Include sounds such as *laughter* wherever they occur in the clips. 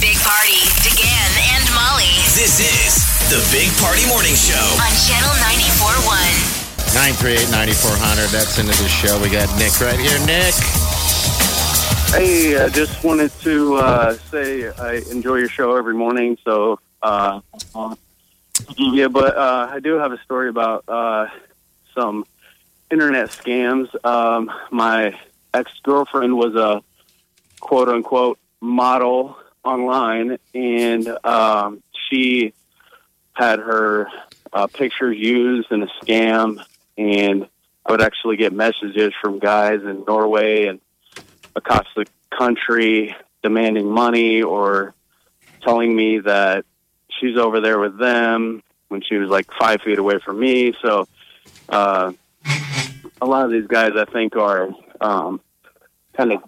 Big Party, DeGan and Molly This is the Big Party Morning Show. on Channel 94.1. 938 9400. That's into the show. We got Nick right here. Nick. Hey, I just wanted to uh, say I enjoy your show every morning. So, uh, uh, yeah, but uh, I do have a story about uh, some internet scams. Um, my ex girlfriend was a quote unquote model online, and um, she had her uh, pictures used in a scam. And I would actually get messages from guys in Norway and across the country demanding money or telling me that she's over there with them when she was like five feet away from me. So, uh, a lot of these guys, I think, are um, kind of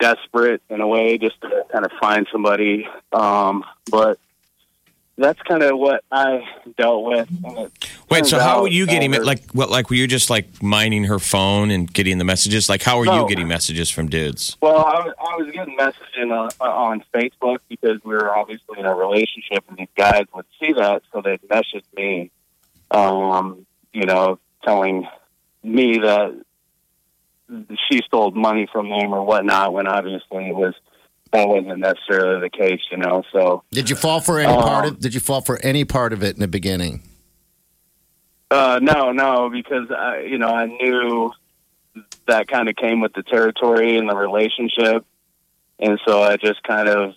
desperate in a way just to kind of find somebody. Um, but that's kind of what I dealt with. And it Wait, turns so how out were you getting over- like what like were you just like mining her phone and getting the messages? Like how are No. you getting messages from dudes? Well, I was, I was getting messaging on, uh, on Facebook because we were obviously in a relationship, and these guys would see that, so they'd message me, um, you know, telling me that she stole money from them or whatnot. When obviously it was that wasn't necessarily the case, you know. So Did you fall for any Um, part of did you fall for any part of it in the beginning? Uh, no, no, because I, you know, I knew that kind of came with the territory and the relationship, and so I just kind of,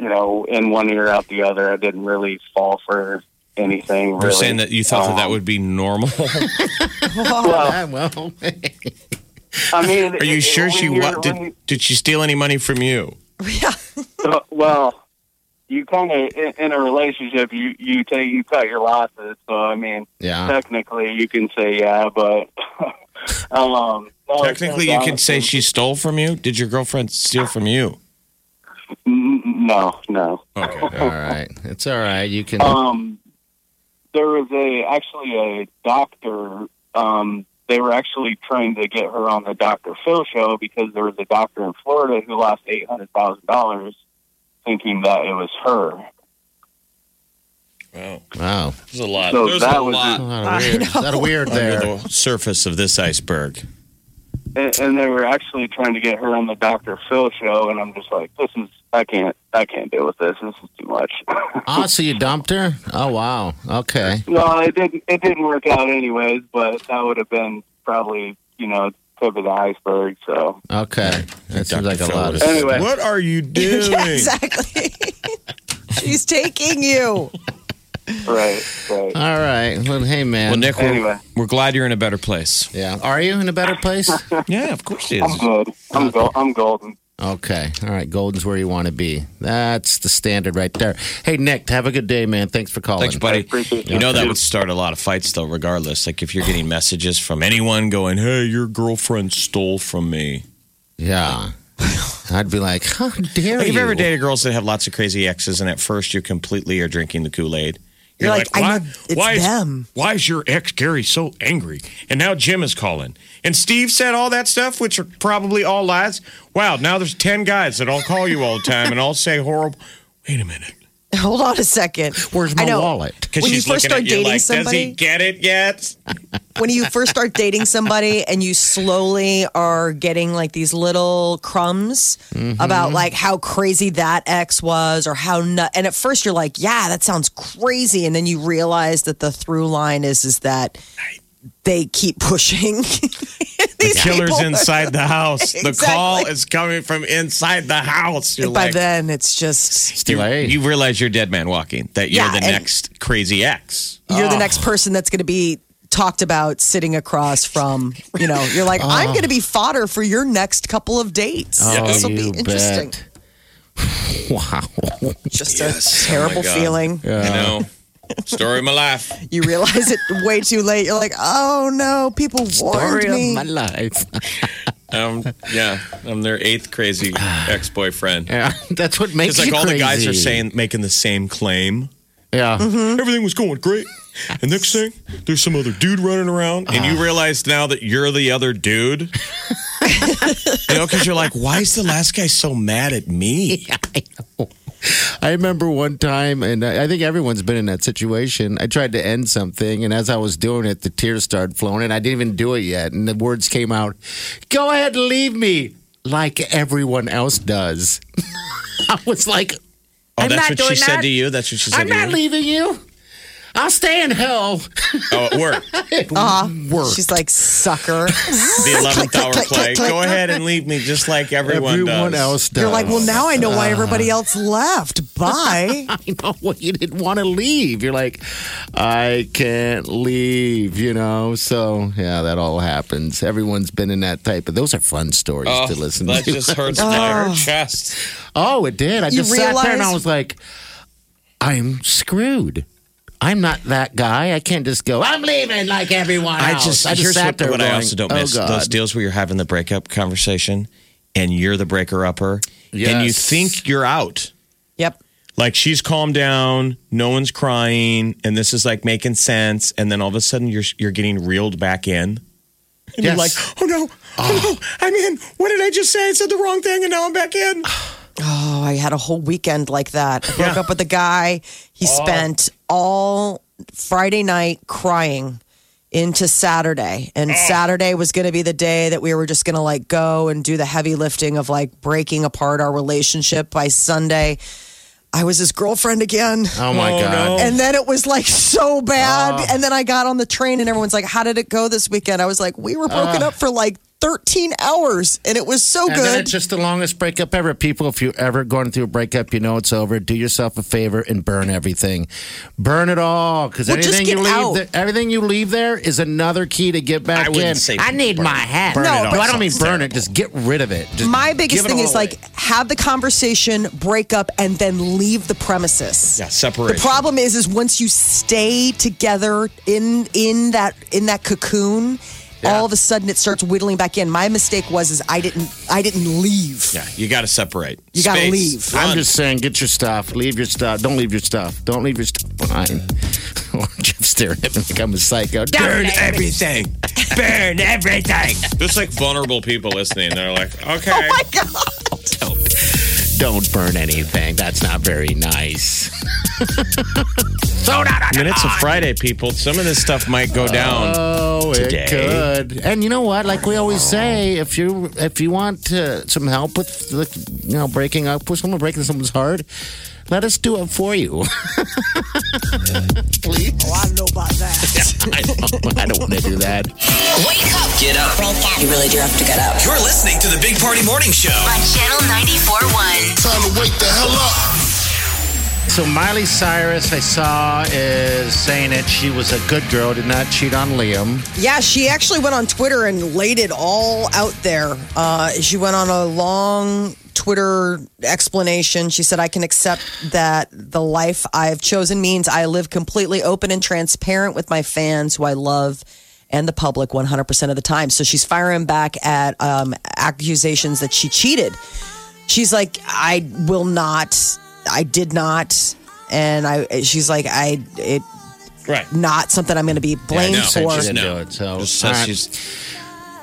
you know, in one ear out the other. I didn't really fall for anything. You're really. saying that you thought that that Um, would *laughs* be normal. Well, *laughs* Ah, well. I mean, *laughs* are you it- sure when she you're- wa- when you- did? Did she steal any money from you? Yeah. Uh, well, you kind of in, in a relationship, you you take you cut your losses. So I mean, *laughs* yeah. technically, you can say yeah, but *laughs* um, no, it turns Technically, you out could say it's- she stole from you. Did your girlfriend steal from you? N- n- No, no. Okay. All right. It's all right. You can Um, there was a actually a doctor. Um, they were actually trying to get her on the Dr. Phil show because there was a doctor in Florida who lost eight hundred thousand dollars, thinking that it was her. Wow. Wow. There's a lot. So There's that a was A lot lot of weird, a lot of *laughs* weird under there. the surface of this iceberg. and, and they were actually trying to get her on the Dr. Phil show, and I'm just like, this is I can't I can't deal with this. This is too much. *laughs* Ah, so you dumped her? Oh wow. Okay. no, it didn't it didn't work out anyways, but that would have been probably you know tip of the iceberg. So Okay. That seems Dr. like a Phil lot of would've said, Anyway. What are *laughs* you doing? yeah exactly. She's taking you. right, right. All right. Well, hey man. Well, Nick, we're, Anyway. we're glad you're in a better place. Yeah. Are you in a better *laughs* place? Yeah, of course it I'm is. good. I'm go- I'm golden. Okay. All right. Golden's where you want to be. That's the standard right there. Hey, Nick, have a good day, man. Thanks for calling. Thanks, buddy. appreciate You know it. that would start a lot of fights, though. Regardless, like if you're getting messages from anyone going, "Hey, your girlfriend stole from me." Yeah. I'd be like, how dare Like, you? have you ever dated girls that have lots of crazy exes, and at first you completely are drinking the Kool Aid? You're like, I know it's why is, them." Why is your ex Gary so angry? And now Jim is calling, and Steve said all that stuff, which are probably all lies. Wow, now there's ten guys that all call you all the time and all say horrible. Wait a minute, Hold on a second. Where's my I know. wallet? because When you she's first looking start at you dating like, does somebody- he get it yet? when you first start *laughs* dating somebody and you slowly are getting like these little crumbs Mm-hmm. about like how crazy that ex was or how nut and at first you're like yeah that sounds crazy and then you realize that the through line is is that they keep pushing *laughs* The these killer's people. inside the *laughs* house. The call Exactly. is coming from inside the house. You're by like, then it's just Still, hey. you realize you're dead man walking. That you're Yeah, the and- next crazy ex. you're the next person that's going to be talked about sitting across from you know you're like Oh. i'm going to be fodder for your next couple of dates Oh, this will you be interesting bet. Wow. Yes. Just a Oh, my terrible God. feeling. Uh, You know, story of my life. You realize it way too late. You're like, oh no, people warned Story me. of my life. *laughs* Um, yeah, I'm their eighth *sighs* crazy ex-boyfriend. Yeah, *laughs* that's what makes It's like you all the guys are crazy. saying, making the same claim. Yeah. Mm-hmm. Everything was going great, and next thing, there's some other dude running around, and Ah. you realize now that you're the *laughs* other dude. you know, because you're like, why is the last guy so mad at me? I remember one time, and I I think everyone's been in that situation. I tried to end something, and as I was doing it, the tears started flowing, and I didn't even do it yet. And the words came out, Go ahead, leave me, like everyone else does. *laughs* I was like, Oh, I'm that's not what doing she said that. to you. That's what she said I'm to not you. leaving you. I'll stay in hell. *laughs* oh, it worked. Work. Ah. She's like, *laughs* sucker. *laughs* The eleventh hour click, play. click, click. Go ahead and leave me, just like everyone, Everyone does. else does. You're like, well, now I know why everybody Uh. else left. *laughs* Bye. *laughs* I know well, you didn't want to leave. You're like, I can't leave, you know? So, yeah, that all happens. Everyone's been in that type of those are fun stories Oh, to listen that to. just hurts my *laughs* *laughs* chest. oh, it did. I You just sat there and I realize- was like, I'm screwed. I'm not that guy. I can't just go, I'm leaving like everyone I else. just, I just here's sat what, there what going, I also don't oh, miss those God. deals where you're having the breakup conversation and you're the breaker upper and you Yes. think you're out. Yep. Like she's calmed down, no one's crying, and this is like making sense. And then all of a sudden you're you're getting reeled back in. And you're Yes. Ah. like, oh no, oh no, I'm in. What did I just say? I said the wrong thing and now I'm back in. Oh, I had a whole weekend like that. I broke up with a guy. He Oh. spent all Friday night crying into Saturday. Oh. And Saturday was going to be the day that we were just going to like go and do the heavy lifting of like breaking apart our relationship by Sunday. I was his girlfriend again. Oh, Ah. my Oh, God. no. And then it was like so bad. and then I got on the train and everyone's like, How did it go this weekend? I was like, We were broken up for like 13 hours and it was so Ah. And then good. it's just the longest breakup ever. People, if you're ever going through a breakup, you know it's over. Do yourself a favor and burn everything. Burn it all, because Well, just anything you get leave, out. there, everything you leave there is another key to get back I wouldn't in. say I need my hat. Burn No, it all. but- I don't mean burn it. Just get rid of it. Just My give biggest it thing all is like away. have the conversation, break up, and then leave the premises. Yeah, separation. The problem is, is once you stay together in in that in that cocoon, all of a sudden it starts whittling back in. My mistake was is I didn't I didn't leave. yeah, you got to separate. You gotta Space. leave. I'm Run. just saying, get your stuff. Leave your stuff. Don't leave your stuff. Don't leave your stuff behind. *laughs* Or Jeff staring at me like I'm a psycho. burn Burn it. everything. Burn *laughs* everything. There's like vulnerable people listening. They're like, okay. *laughs* Don't burn anything. That's not very nice. so not I mean, it's a Friday, people. Some of this stuff might go down. Oh, today. it could. And you know what? Like we always say, if you if you want uh, some help with the, you know breaking up with someone, breaking someone's heart, let us do it for you. *laughs* Please. Oh, I don't know about that. I don't, I don't want to do that. Wake up Get up. You really do have to get up. You're listening to the Big Party Morning Show. on Channel 94.1. Time to wake the hell up. So Miley Cyrus, I saw, is saying that she was a good girl, did not cheat on Liam. Yeah, she actually went on Twitter and laid it all out there. Uh, she went on a long Twitter explanation. She said, I can accept that the life I've chosen means I live completely open and transparent with my fans who I love and the public 100% of the time. So she's firing back at um, accusations that she cheated. She's like, I will not, I did not. And I, she's like, I, it, Right. not something I'm going to be blamed no, for. Said she Or- didn't No. do it. So, Just says all right. she's-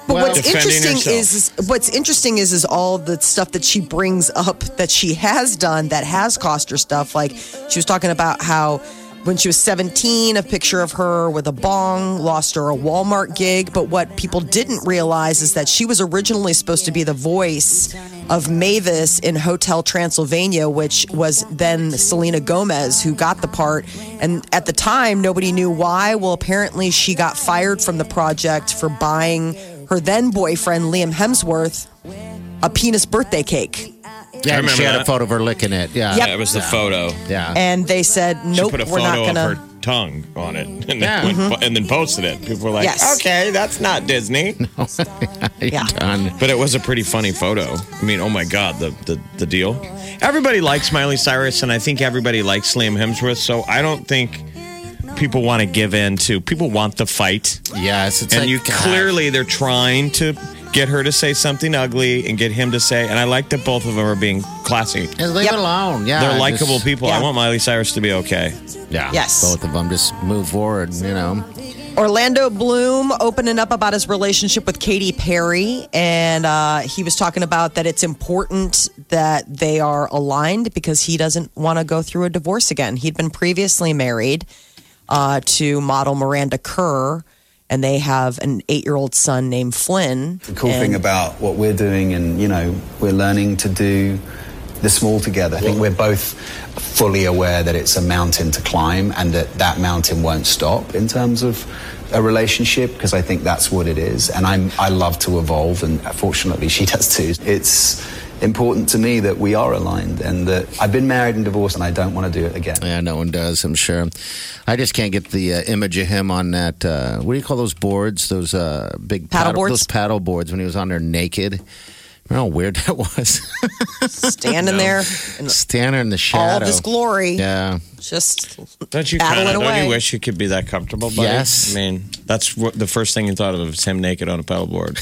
But Well- what's Defending interesting herself. is what's interesting is is all the stuff that she brings up that she has done that has cost her stuff. Like she was talking about how when she was 17, a picture of her with a bong lost her a Walmart gig. But what people didn't realize is that she was originally supposed to be the voice of Mavis in Hotel Transylvania, which was then Selena Gomez who got the part. And at the time, nobody knew why. Well, apparently, she got fired from the project for buying her then boyfriend, Liam Hemsworth, a penis birthday cake. yeah, and remember she had a that. photo of her licking it. Yeah, That was the photo. yeah. And they said, Uh, She nope, put a we're not photo going of her to. tongue on it and, then Yeah. went- and then posted it. People were like, Yes. okay, that's not Disney. *laughs* Yeah. Done. But it was a pretty funny photo. I mean, oh my God, the, the, the deal. Everybody likes Miley Cyrus, and I think everybody likes Liam Hemsworth, so I don't think people want to give in to. People want the fight. Yes, it's and like, you God. clearly, they're trying to get her to say something ugly and get him to say, and I like that both of them are being classy. Just leave it alone. Yeah, They're just- likable people. I yeah. want Miley Cyrus to be okay. Yeah, Yes. both of them just move forward. You know, Orlando Bloom opening up about his relationship with Katy Perry, and uh, he was talking about that it's important that they are aligned because he doesn't want to go through a divorce again. He'd been previously married uh, to model Miranda Kerr, and they have an eight-year-old son named Flynn. The cool thing about what we're doing, and you know, we're learning to do this all together. I think we're both fully aware that it's a mountain to climb, and that that mountain won't stop in terms of a relationship, because I think that's what it is. And I'm I love to evolve, and fortunately, she *laughs* does too. It's important to me that we are aligned, and that I've been married and divorced, and I don't want to do it again. yeah, no one does. I'm sure. I just can't get the uh, image of him on that. Uh, what do you call those boards? Those uh, big Paddle boards? Those paddle boards when he was on there naked. Remember how weird *laughs* that was? standing *laughs* there in Standing in the shadow. all of his glory, Yeah. just Don't you Battle kind of it don't away. you wish you could be that comfortable? Buddy? Yes. I mean, that's what the first thing you thought of is him naked on a paddleboard.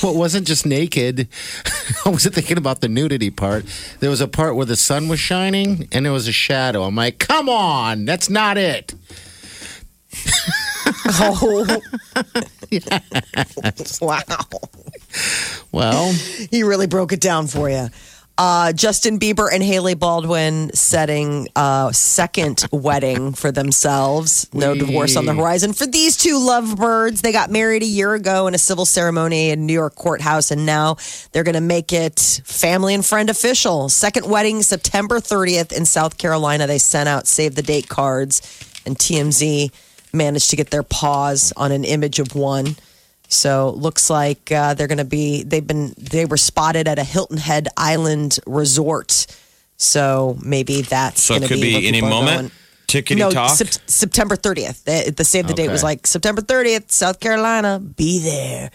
Well, it wasn't just naked. *laughs* I wasn't thinking about the nudity part. There was a part where the sun was shining and there was a shadow. I'm like, come on, that's not it. oh wow. *laughs* Well, he really broke it down for you. Uh, Justin Bieber and Haley Baldwin setting a second *laughs* wedding for themselves. No divorce on the horizon for these two lovebirds. They got married a year ago in a civil ceremony in New York courthouse, and now they're going to make it family and friend official. Second wedding, September 30th in South Carolina. They sent out save the date cards, and TMZ managed to get their paws on an image of one. So looks like uh, they're going to be. They've been. They were spotted at a Hilton Head Island resort. So maybe that's. So it gonna could where be any people are moment. Tickety no, talk. Sep- September 30th. The, the save the date was Okay. like September 30th, South Carolina. Be there.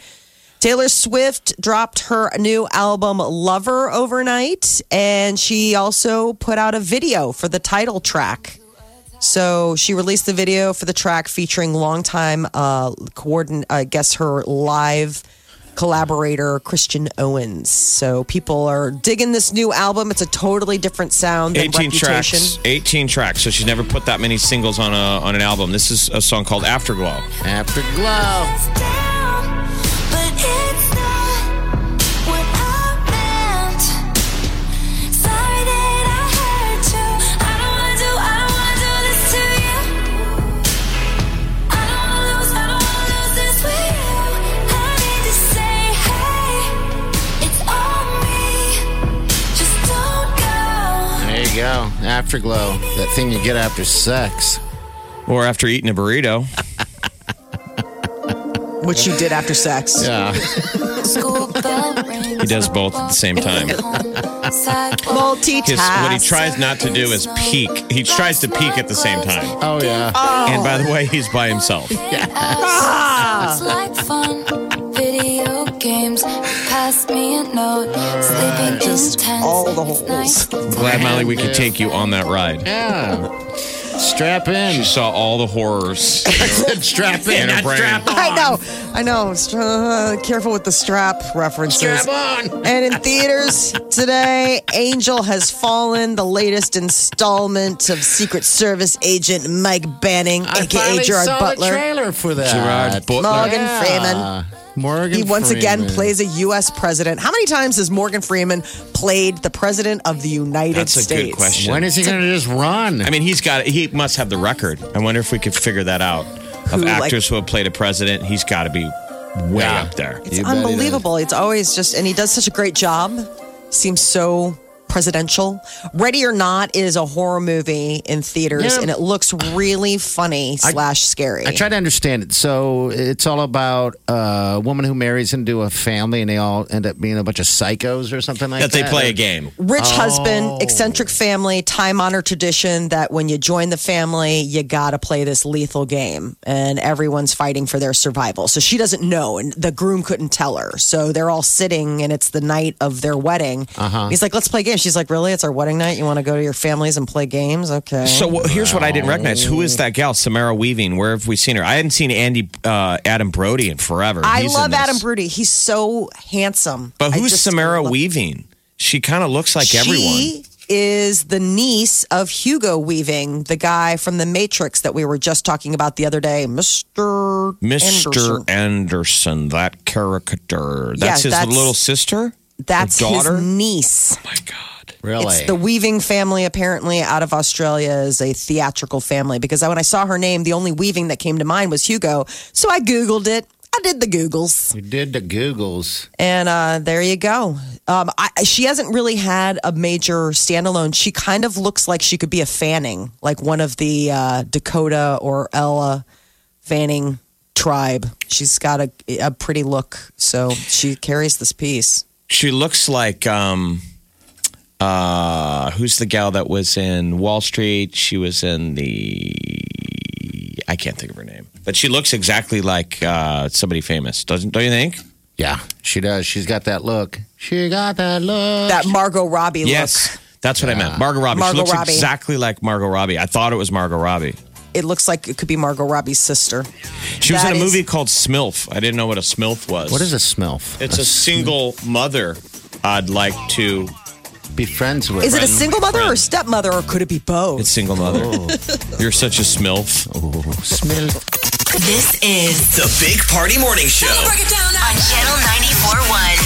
Taylor Swift dropped her new album Lover overnight, and she also put out a video for the title track. So she released the video for the track featuring longtime uh, coordin- I guess her live collaborator Christian Owens. So people are digging this new album. It's a totally different sound than 18 Reputation. tracks. 18 tracks. So she's never put that many singles on a on an album. This is a song called Afterglow. afterglow. There you go. Afterglow. That thing you get after sex. Or after eating a burrito. which you did after sex. Yeah. He does both at the same time. Multitask. His, what he tries not to do is peak. He tries to peak at the same time. Oh, yeah. And by *laughs* the way, he's by himself. Ah. It's like fun. Video games. Pass me a note. Sleeping Just in tents. all the It's holes. nice. Glad Miley we could take you on that ride. Yeah. Strap in. She saw all the horrors. *laughs* Strap in. In her not brain. Strap on. I know, I know. Str- uh, careful with the strap references. Strap on. And in theaters today, Angel Has Fallen, the latest installment of Secret Service agent Mike Banning, I aka finally Gerard saw Butler. the trailer for that. Gerard Butler. Morgan Freeman. Morgan He once again Freeman. plays a U.S. president. How many times has Morgan Freeman played the president of the United That's a States? good question. When is he going to just run? I mean, he's got. He must have the record. I wonder if we could figure that out. Of Who, like- actors who have played a president, he's got to be way Yeah. up there. It's You bet he unbelievable. It's always just, and he does such a great job. Seems so presidential. Ready or Not is a horror movie in theaters, Yeah. and it looks really funny slash scary. I try to understand it. So it's all about uh, a woman who marries into a family, and they all end up being a bunch of psychos or something like that that. they play a game. Rich Oh. husband, eccentric family, time honored tradition that when you join the family, you got to play this lethal game and everyone's fighting for their survival. So she doesn't know, and the groom couldn't tell her. So they're all sitting and it's the night of their wedding. Uh-huh. He's like, let's play games. She's like, really? It's our wedding night? You want to go to your families and play games? Okay. So well, here's what I didn't recognize. Who is that gal, Samara Weaving? Where have we seen her? I hadn't seen Andy uh, Adam Brody in forever. I He's in love this. Adam Brody. He's so handsome. But I who's just Samara love- Weaving? She kind of looks like everyone. She is the niece of Hugo Weaving, the guy from The Matrix that we were just talking about the other day, Mr. Mr. Anderson. Anderson. that caricature. That's his Yeah, that's- little sister? Oh That's daughter? his niece. Really? It's the Weaving family, apparently, out of Australia, is a theatrical family because when I saw her name, the only Weaving that came to mind was Hugo. So I Googled it. I did the Googles. You did the Googles. And uh, there you go. Um, I, she hasn't really had a major standalone. She kind of looks like she could be a Fanning, like one of the uh, Dakota or Ella Fanning tribe. She's got a, a pretty look, so she carries this piece. She looks like um uh who's the gal that was in Wall Street? She was in the I can't think of her name. But she looks exactly like uh somebody famous, doesn't don't you think? Yeah, she does. She's got that look. She got that look. That Margot Robbie yes. That's what I meant. Margot Robbie. she Margot looks Robbie. exactly like Margot Robbie. I thought it was Margot Robbie. look. It looks like it could be Margot Robbie's sister. She was That in a is- movie called Smilf. I didn't know what a Smilf was. What is a smilf? It's a, single mother I'd like to be friends with. Is it a single mother or stepmother, or could it be both? It's single mother. You're such a Smilf. This is The Big Party Morning Show. on Channel 94.1.